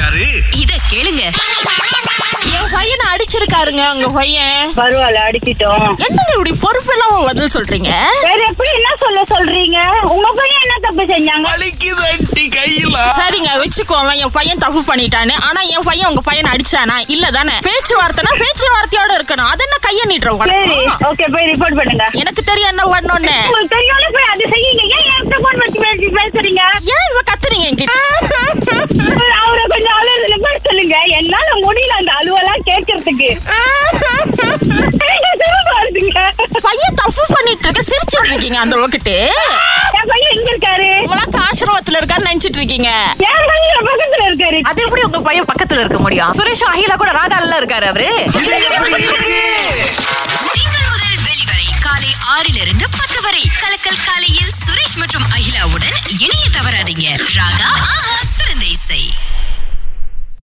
யாரு இத கேளுங்க என் பையனை அடிச்சிருக்காருங்க உங்க பையன் பரவாயில்ல அடிச்சிட்டோம் என்னங்க இப்படி பொறுப்பெல்லாம் பதில் சொல்றீங்க வேற எப்படி என்ன சொல்ல சொல்றீங்க உங்க பையன் என்ன தப்பு செஞ்சாங்க வலிக்குது ஆண்டி கையில சரிங்க வச்சுக்கோங்க என் பையன் தப்பு பண்ணிட்டான்னு ஆனா என் பையன் உங்க பையன் அடிச்சானா இல்ல தானே பேச்சுவார்த்தைனா பேச்சுவார்த்தையோட இருக்கணும் அது என்ன கைய நீட்டுற சரி வழக்கம் ஓகே போய் ரிப்போர்ட் பண்ணுங்க எனக்கு தெரியும் என்ன பண்ணணும்னு உங்களுக்கு தெரியும்ல போய் அது செய்யுங்க ஏன் என்கிட்ட போன் வச்சு பேசி- பேசுறீங்க ஏன் இவ கத்துறீங்க என்கிட்ட அவரை கொஞ்சம் அழுறதுல பேச சொல்லுங்க என்னால முடியல அந்த அழுவெல்லாம் கேட்கறதுக்கு திரும்ப அழுதுங்க பையன் தப்பு பண்ணிட்டு இருக்க சிரிச்சிட்டு இருக்கீங்க அந்த ஒக்கிட்டு என் பையன் எங்க இருக்காரு உங்களுக்கு ஆசிரமத்துல இருக்கான்னு நினைச்சிட்டு இருக்கீங்க என் பையன் என் பக்கத்துல இருக்காரு அது எப்படி உங்க பையன் பக்கத்துல இருக்க முடியும் சுரேஷ் அகிலா கூட ராகால இருக்காரு அவரு இது எப்படி இருக்கு திங்கள் முதல் வெளிவரை காலை ஆறிலிருந்து பத்து வரை கலக்கல் காலையில் சுரேஷ் மற்றும் அகிலாவுடன் இணைய தவறாதீங்க ராகா ஆஹா